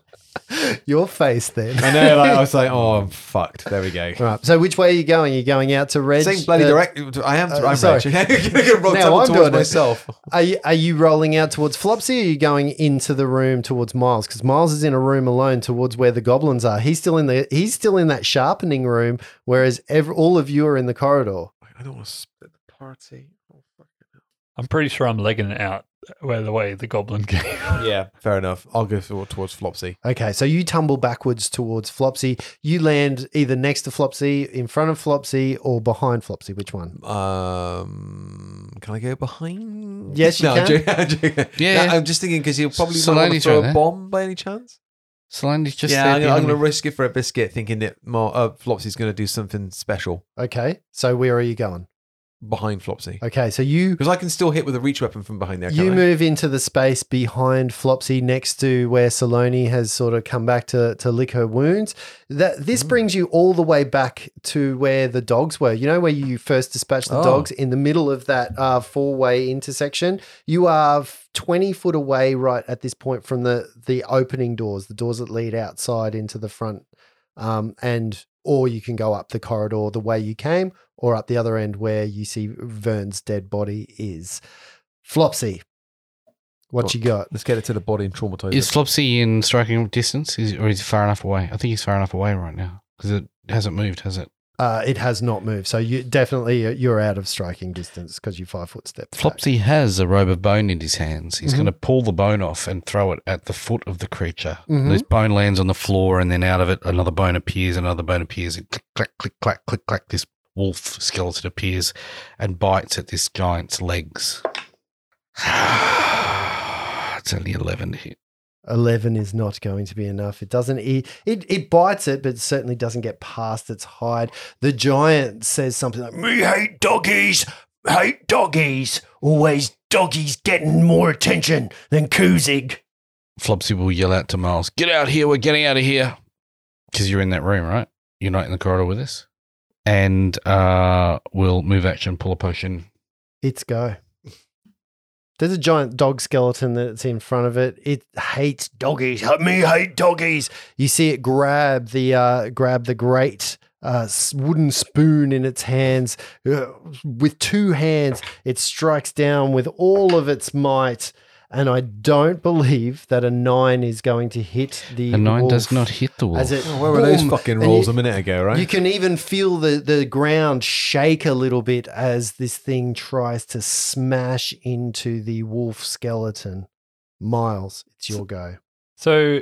Your face then.
I know. Like, I was like, oh, I'm fucked. There we go.
All right. So which way are you going? You're going out to Reg.
Same bloody
Uh,
direct. I am.
uh,
I'm
sorry.
sorry. I'm going
Now
to
I'm
roll
doing it.
towards myself.
Are you, are you rolling out towards Flopsy or are you going into the room towards Miles? Because Miles is in a room alone towards where the goblins are. He's still in the he's still in that sharpening room, whereas ev all of you are in the corridor.
I don't want to split the party. Oh,
I'm pretty sure I'm legging it out where the way the goblin came.
Yeah, fair enough. I'll go for, towards Flopsy.
Okay, so you tumble backwards towards Flopsy. You land either next to Flopsy, in front of Flopsy, or behind Flopsy. Which one?
Um, can I go behind?
Yes, you
no,
can.
I'm joking. I'm joking.
Yeah,
No,
yeah.
I'm just thinking because he'll probably
So
might want to
Laney's
throw
right
a
there.
bomb by any chance.
Solange's just
yeah,
there
I'm, I'm
behind
going to
me.
risk it for a biscuit, thinking that Mar- uh, Flopsy's going to do something special.
Okay, so where are you going?
behind Flopsy.
Okay, so you
Because I can still hit with a reach weapon from behind there.
you
can't I?
move into the space behind Flopsy, next to where Saloni has sort of come back to to lick her wounds. That
Mm.
this brings you all the way back to where the dogs were. You know where you first dispatched the
Oh.
dogs in the middle of that uh, four way intersection. You are f- twenty foot away right at this point from the the opening doors, the doors that lead outside into the front, um, and or you can go up the corridor the way you came, or up the other end where you see Vern's dead body is. Flopsy, what you got?
Let's get it to the body and traumatize
Is
it.
Flopsy in striking distance, is, or is he far enough away? I think he's far enough away right now because it hasn't moved, has it?
Uh, it has not moved, so you definitely uh, you're out of striking distance because you five foot steps. back.
Flopsy has a robe of bone in his hands. He's
Mhm.
going to pull the bone off and throw it at the foot of the creature.
Mhm.
This bone lands on the floor, and then out of it, another bone appears, another bone appears. It click, clack, click, clack, click, clack. This wolf skeleton appears and bites at this giant's legs. it's only 11 to hit.
Eleven is not going to be enough. It doesn't eat. It it bites it, but it certainly doesn't get past its hide. The giant says something like,
Me hate doggies. Hate doggies. Always doggies getting more attention than Kuzig.
Flopsy will yell out to Miles, Get out here. We're getting out of here. Because you're in that room, right? You're not in the corridor with us. And uh, we'll move action, pull a potion,
It's go. There's a giant dog skeleton that's in front of it. It hates doggies. Help me hate doggies. You see it grab the uh, grab the great uh, s- wooden spoon in its hands. Uh, With two hands, it strikes down with all of its might. And I don't believe that a nine is going to hit the.
A nine does
wolf
not hit the wolf.
As it,
Where were those
boom,
fucking
and
rolls
you-
a minute ago, right?
you can even feel the, the ground shake a little bit as this thing tries to smash into the wolf skeleton. Miles, it's your go.
So,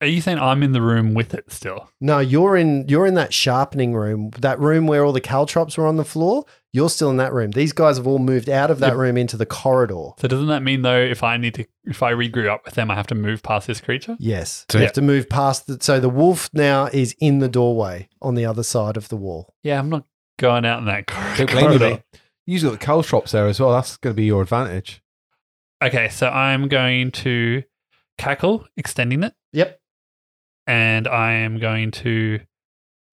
are you saying I'm in the room with it still?
No, you're in you're in that sharpening room, that room where all the caltrops were on the floor. You're still in that room. These guys have all moved out of that
Yep.
room into the corridor.
So doesn't that mean though, if I need to, if I regrew up with them, I have to move past this creature?
Yes.
So-
you have to move past the so the wolf now is in the doorway on the other side of the wall.
Yeah, I'm not going out in that cor-
Don't blame you,
corridor.
mate. You've got the caltrops there as well. That's going to be your advantage.
Okay, so I'm going to cackle, extending it,
Yep.
and I am going to.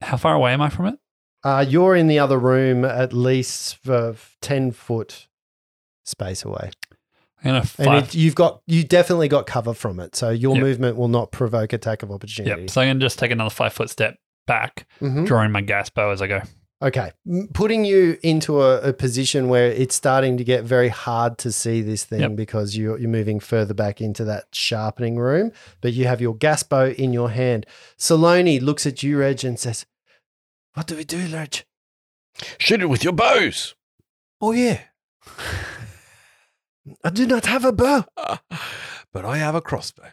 How far away am I from it?
Uh, you're in the other room at least uh, 10 foot space away.
I'm gonna
And it,
five.
you've got, you definitely got cover from it. So your
Yep.
movement will not provoke attack of opportunity.
Yep. So I'm gonna just take another five foot step back,
Mhm.
drawing my gas bow as I go.
Okay. M- Putting you into a, a position where it's starting to get very hard to see this thing
Yep.
because you're, you're moving further back into that sharpening room, but you have your gas bow in your hand. Saloni looks at you, Reg, and says, What do we do, Reg?
Shoot it with your bows.
Oh, yeah.
I do not have a bow.
but I have a crossbow.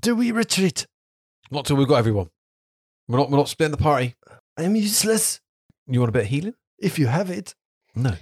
Do we retreat?
Not till we've got everyone. We're not, we're not splitting the party.
I am useless
You want a bit of healing?
if you have it.
No.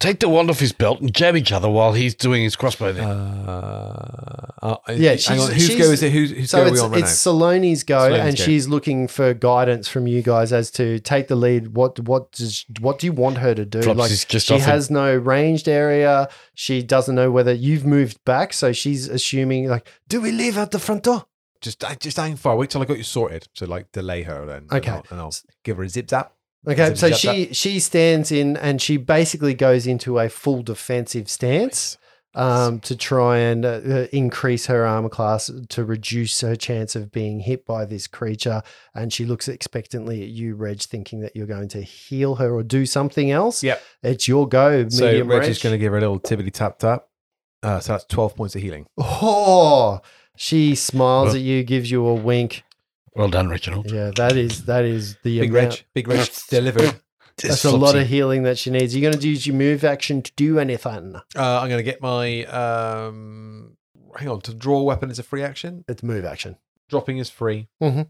Take the wand off his belt and jab each other while he's doing his crossbow
Uh,
thing.
uh,
Yeah,
yeah, hang
she's-
on. Whose
she's-
go is it? Who's, whose
So
go are
it's,
we on right now?
it's Salone's go,
Salone's
and
go.
she's looking for guidance from you guys as to take the lead. What what does what do you want her to do?
Flops
like
is just
she
off him.
has no ranged area. She doesn't know whether you've moved back, so she's assuming like, do we leave at the front door?
Just, uh, just hang far. Wait till I got you sorted. So, like, delay her then.
Okay.
And I'll, and I'll give her a zip zap.
Okay,
Zip,
so
zap,
she she stands in and she basically goes into a full defensive stance. um, to try and uh, uh, increase her armor class to reduce her chance of being hit by this creature. And she looks expectantly at you, Reg, thinking that you're going to heal her or do something else.
Yep.
It's your go,
So,
medium Reg.
Reggie's going to give her a little tibbity tap tap. Uh, so, that's 12 points of healing.
Oh, she smiles
Well-
at you, gives you a wink.
Well done, Reginald.
Yeah, that is that is the
Big
amount.
Reg. Big Reg delivered.
That's a lot of healing that she needs. You're going to use your move action to do anything.
Uh, I'm going to get my. Um, hang on. To draw a weapon is a free action.
It's move action.
Dropping is free.
Mhm.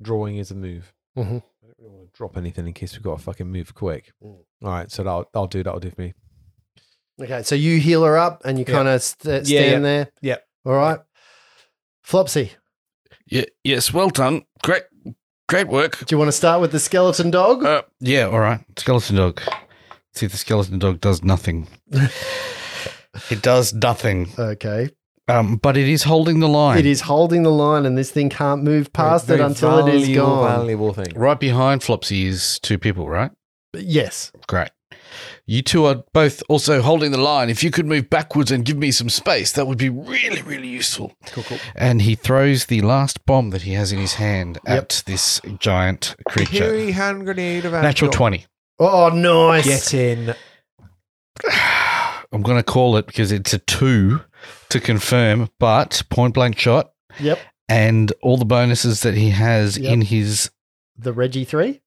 Drawing is a move.
Mhm.
I don't really want to drop anything in case we've got to fucking move quick.
Mm.
All right, so that'll, that'll do. That'll do for me.
Okay, so you heal her up and you
Yeah.
kind of st- stand
Yeah, yeah.
there.
Yeah.
All right. Flopsy.
Yeah, yes, well done. Great Great work.
Do you want to start with the skeleton dog?
Uh, yeah, all right. Skeleton dog. See if the skeleton dog does nothing. it does nothing.
okay.
Um, but it is holding the line.
It is holding the line, and this thing can't move past
Very
it until it is
valuable,
gone.
Valuable thing.
Right behind Flopsy is two people, right?
Yes.
Great. You two are both also holding the line. If you could move backwards and give me some space, that would be really, really useful.
Cool, cool.
And he throws the last bomb that he has in his hand at this giant creature.
Piri hand grenade of
Natural
Andor.
20.
Oh, nice.
Get in.
I'm going to call it because it's a two to confirm, but point blank shot
Yep.
and all the bonuses that he has
Yep.
in his.
The Reggie three?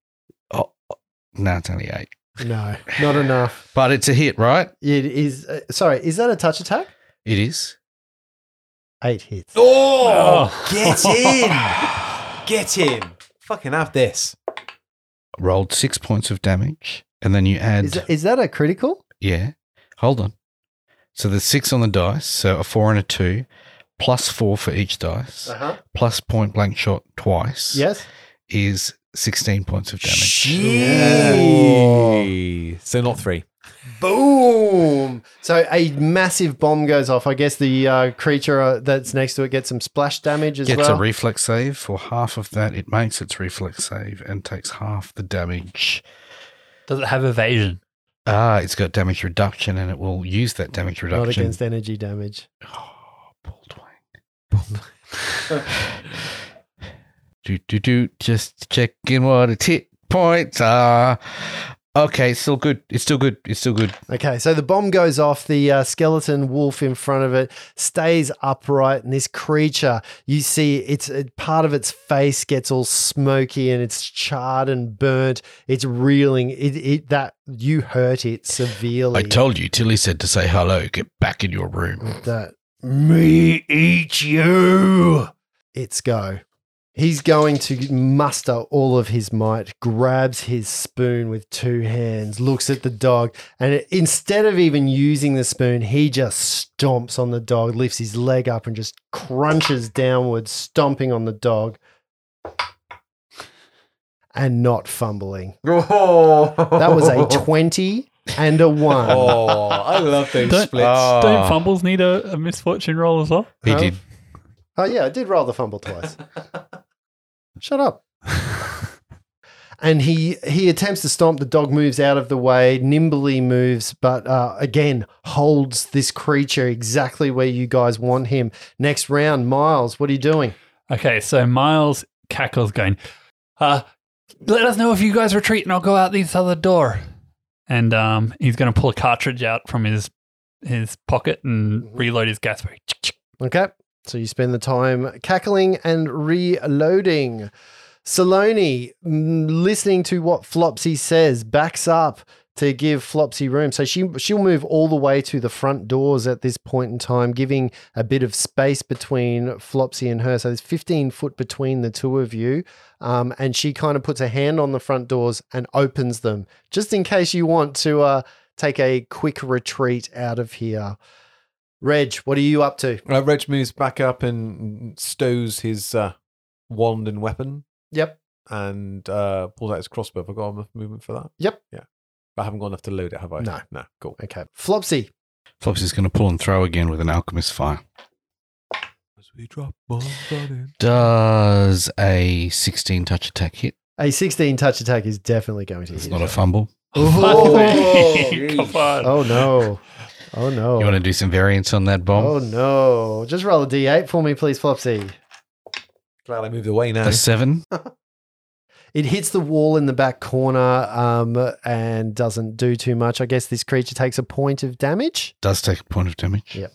No, it's only eight.
No, not enough.
But it's a hit, right?
It is. Uh, sorry, is that a touch attack?
It is.
Eight hits.
Oh,
Oh.
get in. Get in. Fucking have this.
Rolled six points of damage. And then you add.
Is, that- is that a critical?
Yeah. Hold on. So there's six on the dice, so a four and a two, plus four for each dice,
huh.
plus point blank shot twice
Yes.
is 16 points of damage.
Jeez. So not three.
Boom! So a massive bomb goes off. I guess the uh, creature uh, that's next to it gets some splash damage as
Gets
well.
a reflex save. For half of that, it makes its reflex save and takes half the damage.
Does it have evasion?
Ah, it's got damage reduction and it will use that damage
Not
reduction.
against energy damage.
Oh, Baldwin. do, do, do. Just checking what its hit points are. Okay, it's still good. It's still good. It's still good.
Okay, so the bomb goes off. The uh, skeleton wolf in front of it stays upright, and this creature, you see, it's uh, part of its face gets all smoky and it's charred and burnt. It's reeling. It, it that you hurt it severely.
I told you, Tilly said to say hello. Get back in your room.
that
Me eat you.
it's go. He's going to muster all of his might, grabs his spoon with two hands, looks at the dog, and it- instead of even using the spoon, he just stomps on the dog, lifts his leg up, and just crunches downwards, stomping on the dog and not fumbling.
Oh.
That was a 20 and a 1.
Oh, I love those
Don't-
splits.
Ah.
Don't fumbles need a, a misfortune roll as well?
He
Huh?
did.
Oh yeah, I did roll the fumble twice. Shut up. and he he attempts to stomp. The dog moves out of the way, nimbly moves, but uh, again holds this creature exactly where you guys want him. Next round, Miles, what are you doing?
Okay, so Miles cackles, going, uh, "Let us know if you guys retreat, and I'll go out this other door." And um, he's going to pull a cartridge out from his his pocket and reload his gas bag.
Okay, so you spend the time cackling and reloading. Saloni, mm, listening to what Flopsy says, backs up to give Flopsy room. So she she'll move all the way to the front doors at this point in time, giving a bit of space between Flopsy and her. So there's 15 foot between the two of you, um, and she kind of puts a hand on the front doors and opens them, just in case you want to uh, take a quick retreat out of here. Reg, what are you up to?
Uh, Reg moves back up and stows his uh, wand and weapon
Yep.
and uh, pulls out his crossbow. Have I got enough movement for that?
Yep.
Yeah. I haven't got enough to load it, have I?
No.
No. Cool.
Okay. Flopsy.
Flops is going to pull and throw again with an alchemist fire.
As we drop bombs on him.
Does a 16 touch attack hit?
A 16 touch attack is definitely going to
It's
hit.
not a fumble.
Oh,
Come on.
oh no. Oh no.
You want to do some variants on that bomb?
Oh no. Just roll a d8 for me, please, Flopsy.
Glad I moved away now.
A seven.
It hits the wall in the back corner um, and doesn't do too much. I guess this creature takes a point of damage.
Does take a point of damage.
Yep.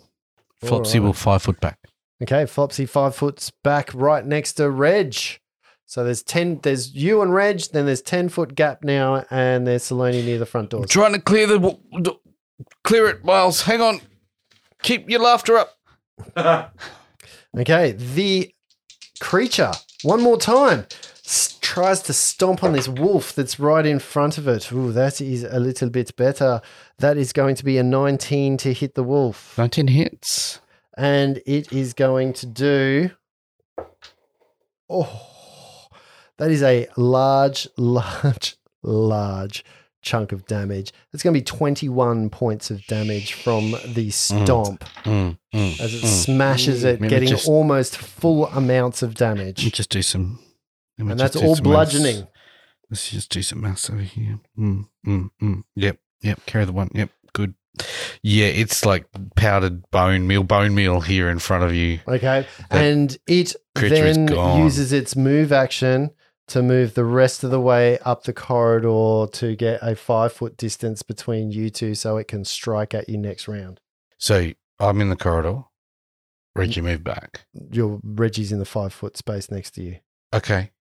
Flopsy
All right.
will five foot back.
Okay, Flopsy five foot's back right next to Reg. So there's ten there's you and Reg, then there's ten foot gap now, and there's Saloni near the front door.
trying to clear the, w- d- clear it, Miles. Hang on. Keep your laughter up.
Okay, the creature, one more time, s- tries to stomp on this wolf that's right in front of it. Ooh, that is a little bit better. That is going to be a 19 to hit the wolf.
Nineteen hits.
And it is going to do. Oh, That is a large, large, large chunk of damage. That's going to be 21 points of damage from the stomp
Mm, mm.
as it
Mm.
smashes it,
Maybe
getting
just-
almost full amounts of
Let me
damage.
just do some. let me
And
just
that's
do
all
some maths.
bludgeoning.
Let's just do some maths over here. Mm, mm, mm. Yep, yep. Carry the one. Yep, good. Yeah, it's like powdered bone meal, bone meal here in front of you.
Okay.
That
and it
creature is
then
gone.
uses its move action to move the rest of the way up the corridor to get a five foot distance between you two so it can strike at you next round.
So I'm in the corridor. Reggie, move back.
Your Reggie's in the five foot space next to you.
Okay.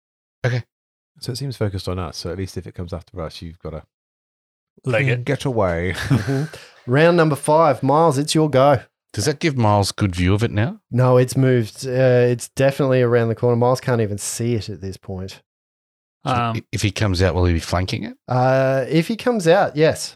So it seems focused on us. So at least if it comes after us, you've got to
Leg it.
get away.
Mhm. Round number five, Miles, it's your go.
Does that give Miles good view of it now?
No, it's moved. Uh, it's definitely around the corner. Miles can't even see it at this point.
So
Um,
i- if he comes out, will he be flanking it?
Uh, if he comes out, yes.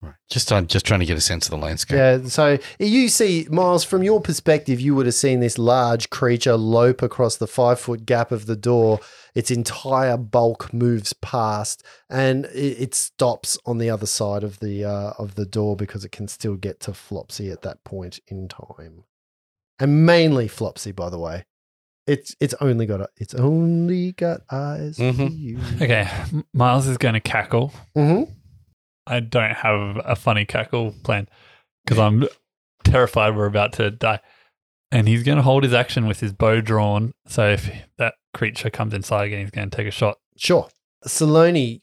Right. Just I'm just trying to get a sense of the landscape.
Yeah. So you see, Miles, from your perspective, you would have seen this large creature lope across the five foot gap of the door. Its entire bulk moves past, and it, it stops on the other side of the uh, of the door because it can still get to Flopsy at that point in time, and mainly Flopsy, by the way. It's it's only got it's only got eyes for
Mhm.
you.
okay, M- Miles is going to cackle.
hmm
I don't have a funny cackle plan because I'm terrified we're about to die. And he's going to hold his action with his bow drawn. So if that creature comes inside again, he's going to take a shot.
Sure. Saloni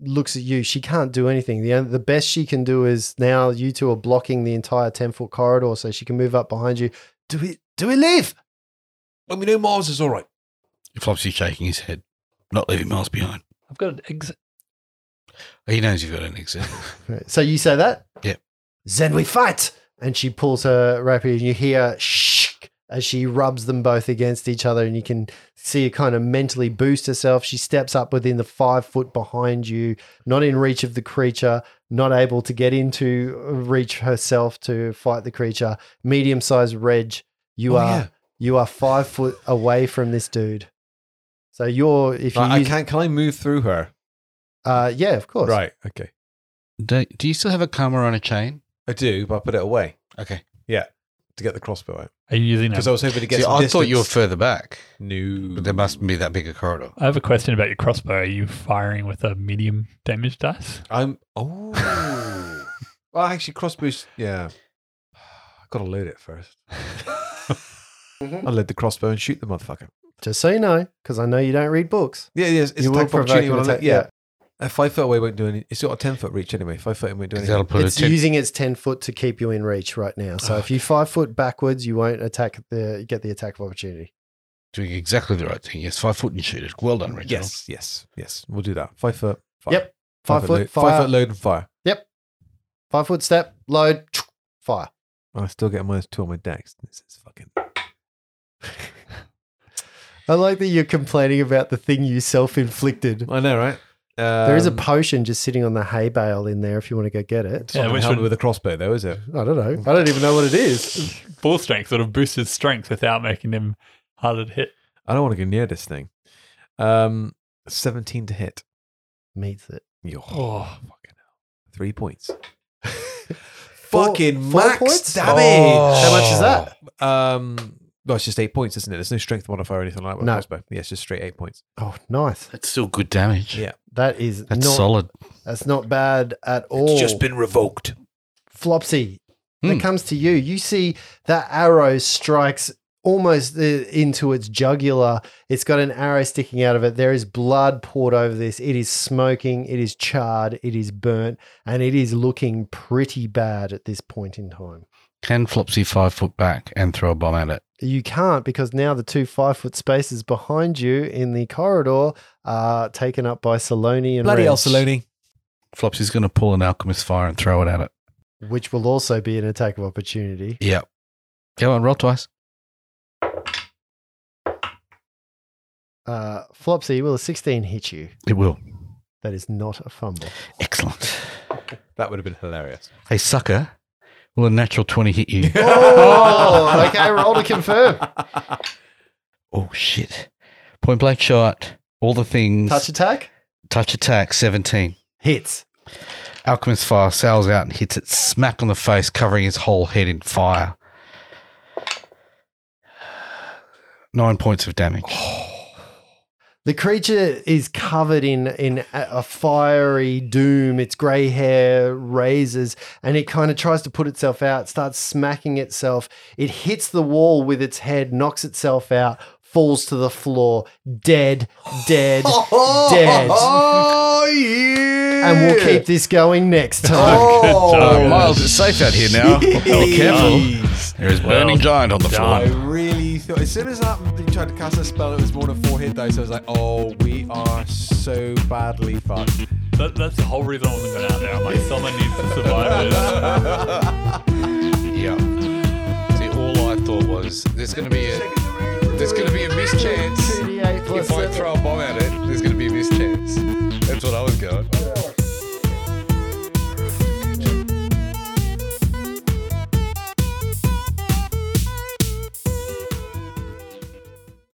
looks at you. She can't do anything. The, the best she can do is now you two are blocking the entire 10 foot corridor so she can move up behind you. Do we, do we leave?
Well, we know Mars is all right.
Flopsy's shaking his head, not leaving Miles behind.
I've got an exit.
He knows you've got an exit.
So you say that?
Yep.
Then we fight. And she pulls her rapier and you hear shh as she rubs them both against each other and you can see her kind of mentally boost herself. She steps up within the five foot behind you, not in reach of the creature, not able to get into reach herself to fight the creature. Medium sized Reg, you
Oh,
are
yeah.
you are five foot away from this dude. So you're if you
I, I
use-
can't. Can I move through her?
uh yeah, of course.
Right. Okay.
do, do you still have a karma on a chain?
I do, but I put it away
Okay.
to get the crossbow out
Are you using
because
a-
I was hoping to get.
See,
some
I thought you were
distance.
further back,
no.
but there must be that bigger corridor.
I have a question about your crossbow. Are you firing with a medium damage dice?
I'm. Oh. well, actually, crossbows. Yeah. I gotta load it first. I'll load the crossbow and shoot the motherfucker.
Just so you know, because I know you don't read books.
Yeah, yeah. It's, it's
You
a
would
type of
provoke
opportunity.
an
when I
attack,
let- yeah.
yeah.
A five foot away won't do any. It's got a ten foot reach anyway. Five foot won't do
'Cause
anything.
That'll put
it's
a ten-
using its 10 foot to keep you in reach right now. So if you five foot backwards, you won't attack the get the attack of opportunity.
doing exactly the right thing. Yes, five foot and shoot it. Well done, Reginald.
Yes, yes, yes. We'll do that. Five foot. Fire.
Yep. Five, foot,
load,
fire,
Five foot load and fire.
five foot step, load, fire.
I still get minus two on my dex. This is fucking.
I like that you're complaining about the thing you self inflicted.
I know, right? Um,
there is a potion just sitting on the hay bale in there if you want to go get it.
It's not
Yeah,
gonna
which
help me
would-
with a crossbow, though, is it?
I don't know. I don't even know what it is.
Full strength sort of boosts his strength without making him harder to hit.
I don't want to go near this thing. Um, seventeen to hit.
Meets it.
Yo,
Oh,
fucking hell. Three points.
Four-
fucking
four
max
points? Oh.
damage.
How much is that?
Um, well, it's just eight points, isn't it? There's no strength modifier or anything like that. With
No.
a crossbow. Yeah, it's just straight eight points.
Oh, nice.
That's still good damage.
Yeah.
That is
That's
not
solid.
that's not bad at all.
been revoked.
Flopsy,
Hmm.
that comes to you. You see that arrow strikes almost uh, into its jugular. It's got an arrow sticking out of it. There is blood poured over this. It is smoking, it is charred, it is burnt, and it is looking pretty bad at this point in time.
Can Flopsy five foot back and throw a bomb at it?
You can't because now the two five foot spaces behind you in the corridor are taken up by Saloni and
Bloody
Reg,
El Saloni.
Flopsy's going to pull an alchemist fire and throw it at it.
which will also be an attack of opportunity.
Yeah. Go on, roll twice.
Uh, Flopsy, will a 16 hit you?
It will.
That is not a fumble.
Excellent.
That would have been hilarious.
Hey, sucker. Will a natural 20 hit you?
Oh, okay. Roll to confirm.
oh, shit. Point blank shot. All the things.
Touch attack?
Touch, attack, 17.
Hits.
Alchemist fire sails out and hits it smack on the face, covering his whole head in fire. Nine points of damage.
The creature is covered in in a a fiery doom. Its grey hair raises, and it kind of tries to put itself out. Starts smacking itself. It hits the wall with its head, knocks itself out, falls to the floor, dead, dead, dead.
Oh, yeah.
And we'll keep this going next time.
Oh,
Oh, Miles is safe out here now. Oh, careful.
Jeez.
There is burning giant on the
I
floor.
really thought as soon as that he tried to cast a spell, it was more than four hit dice. I was like, oh, we are so badly fucked.
That, that's the whole reason I wasn't going out there. I'm like, someone needs to survive this.
Yeah. See, all I thought was there's going to be a there's going to be a mischance
38 plus
if I
seven.
throw a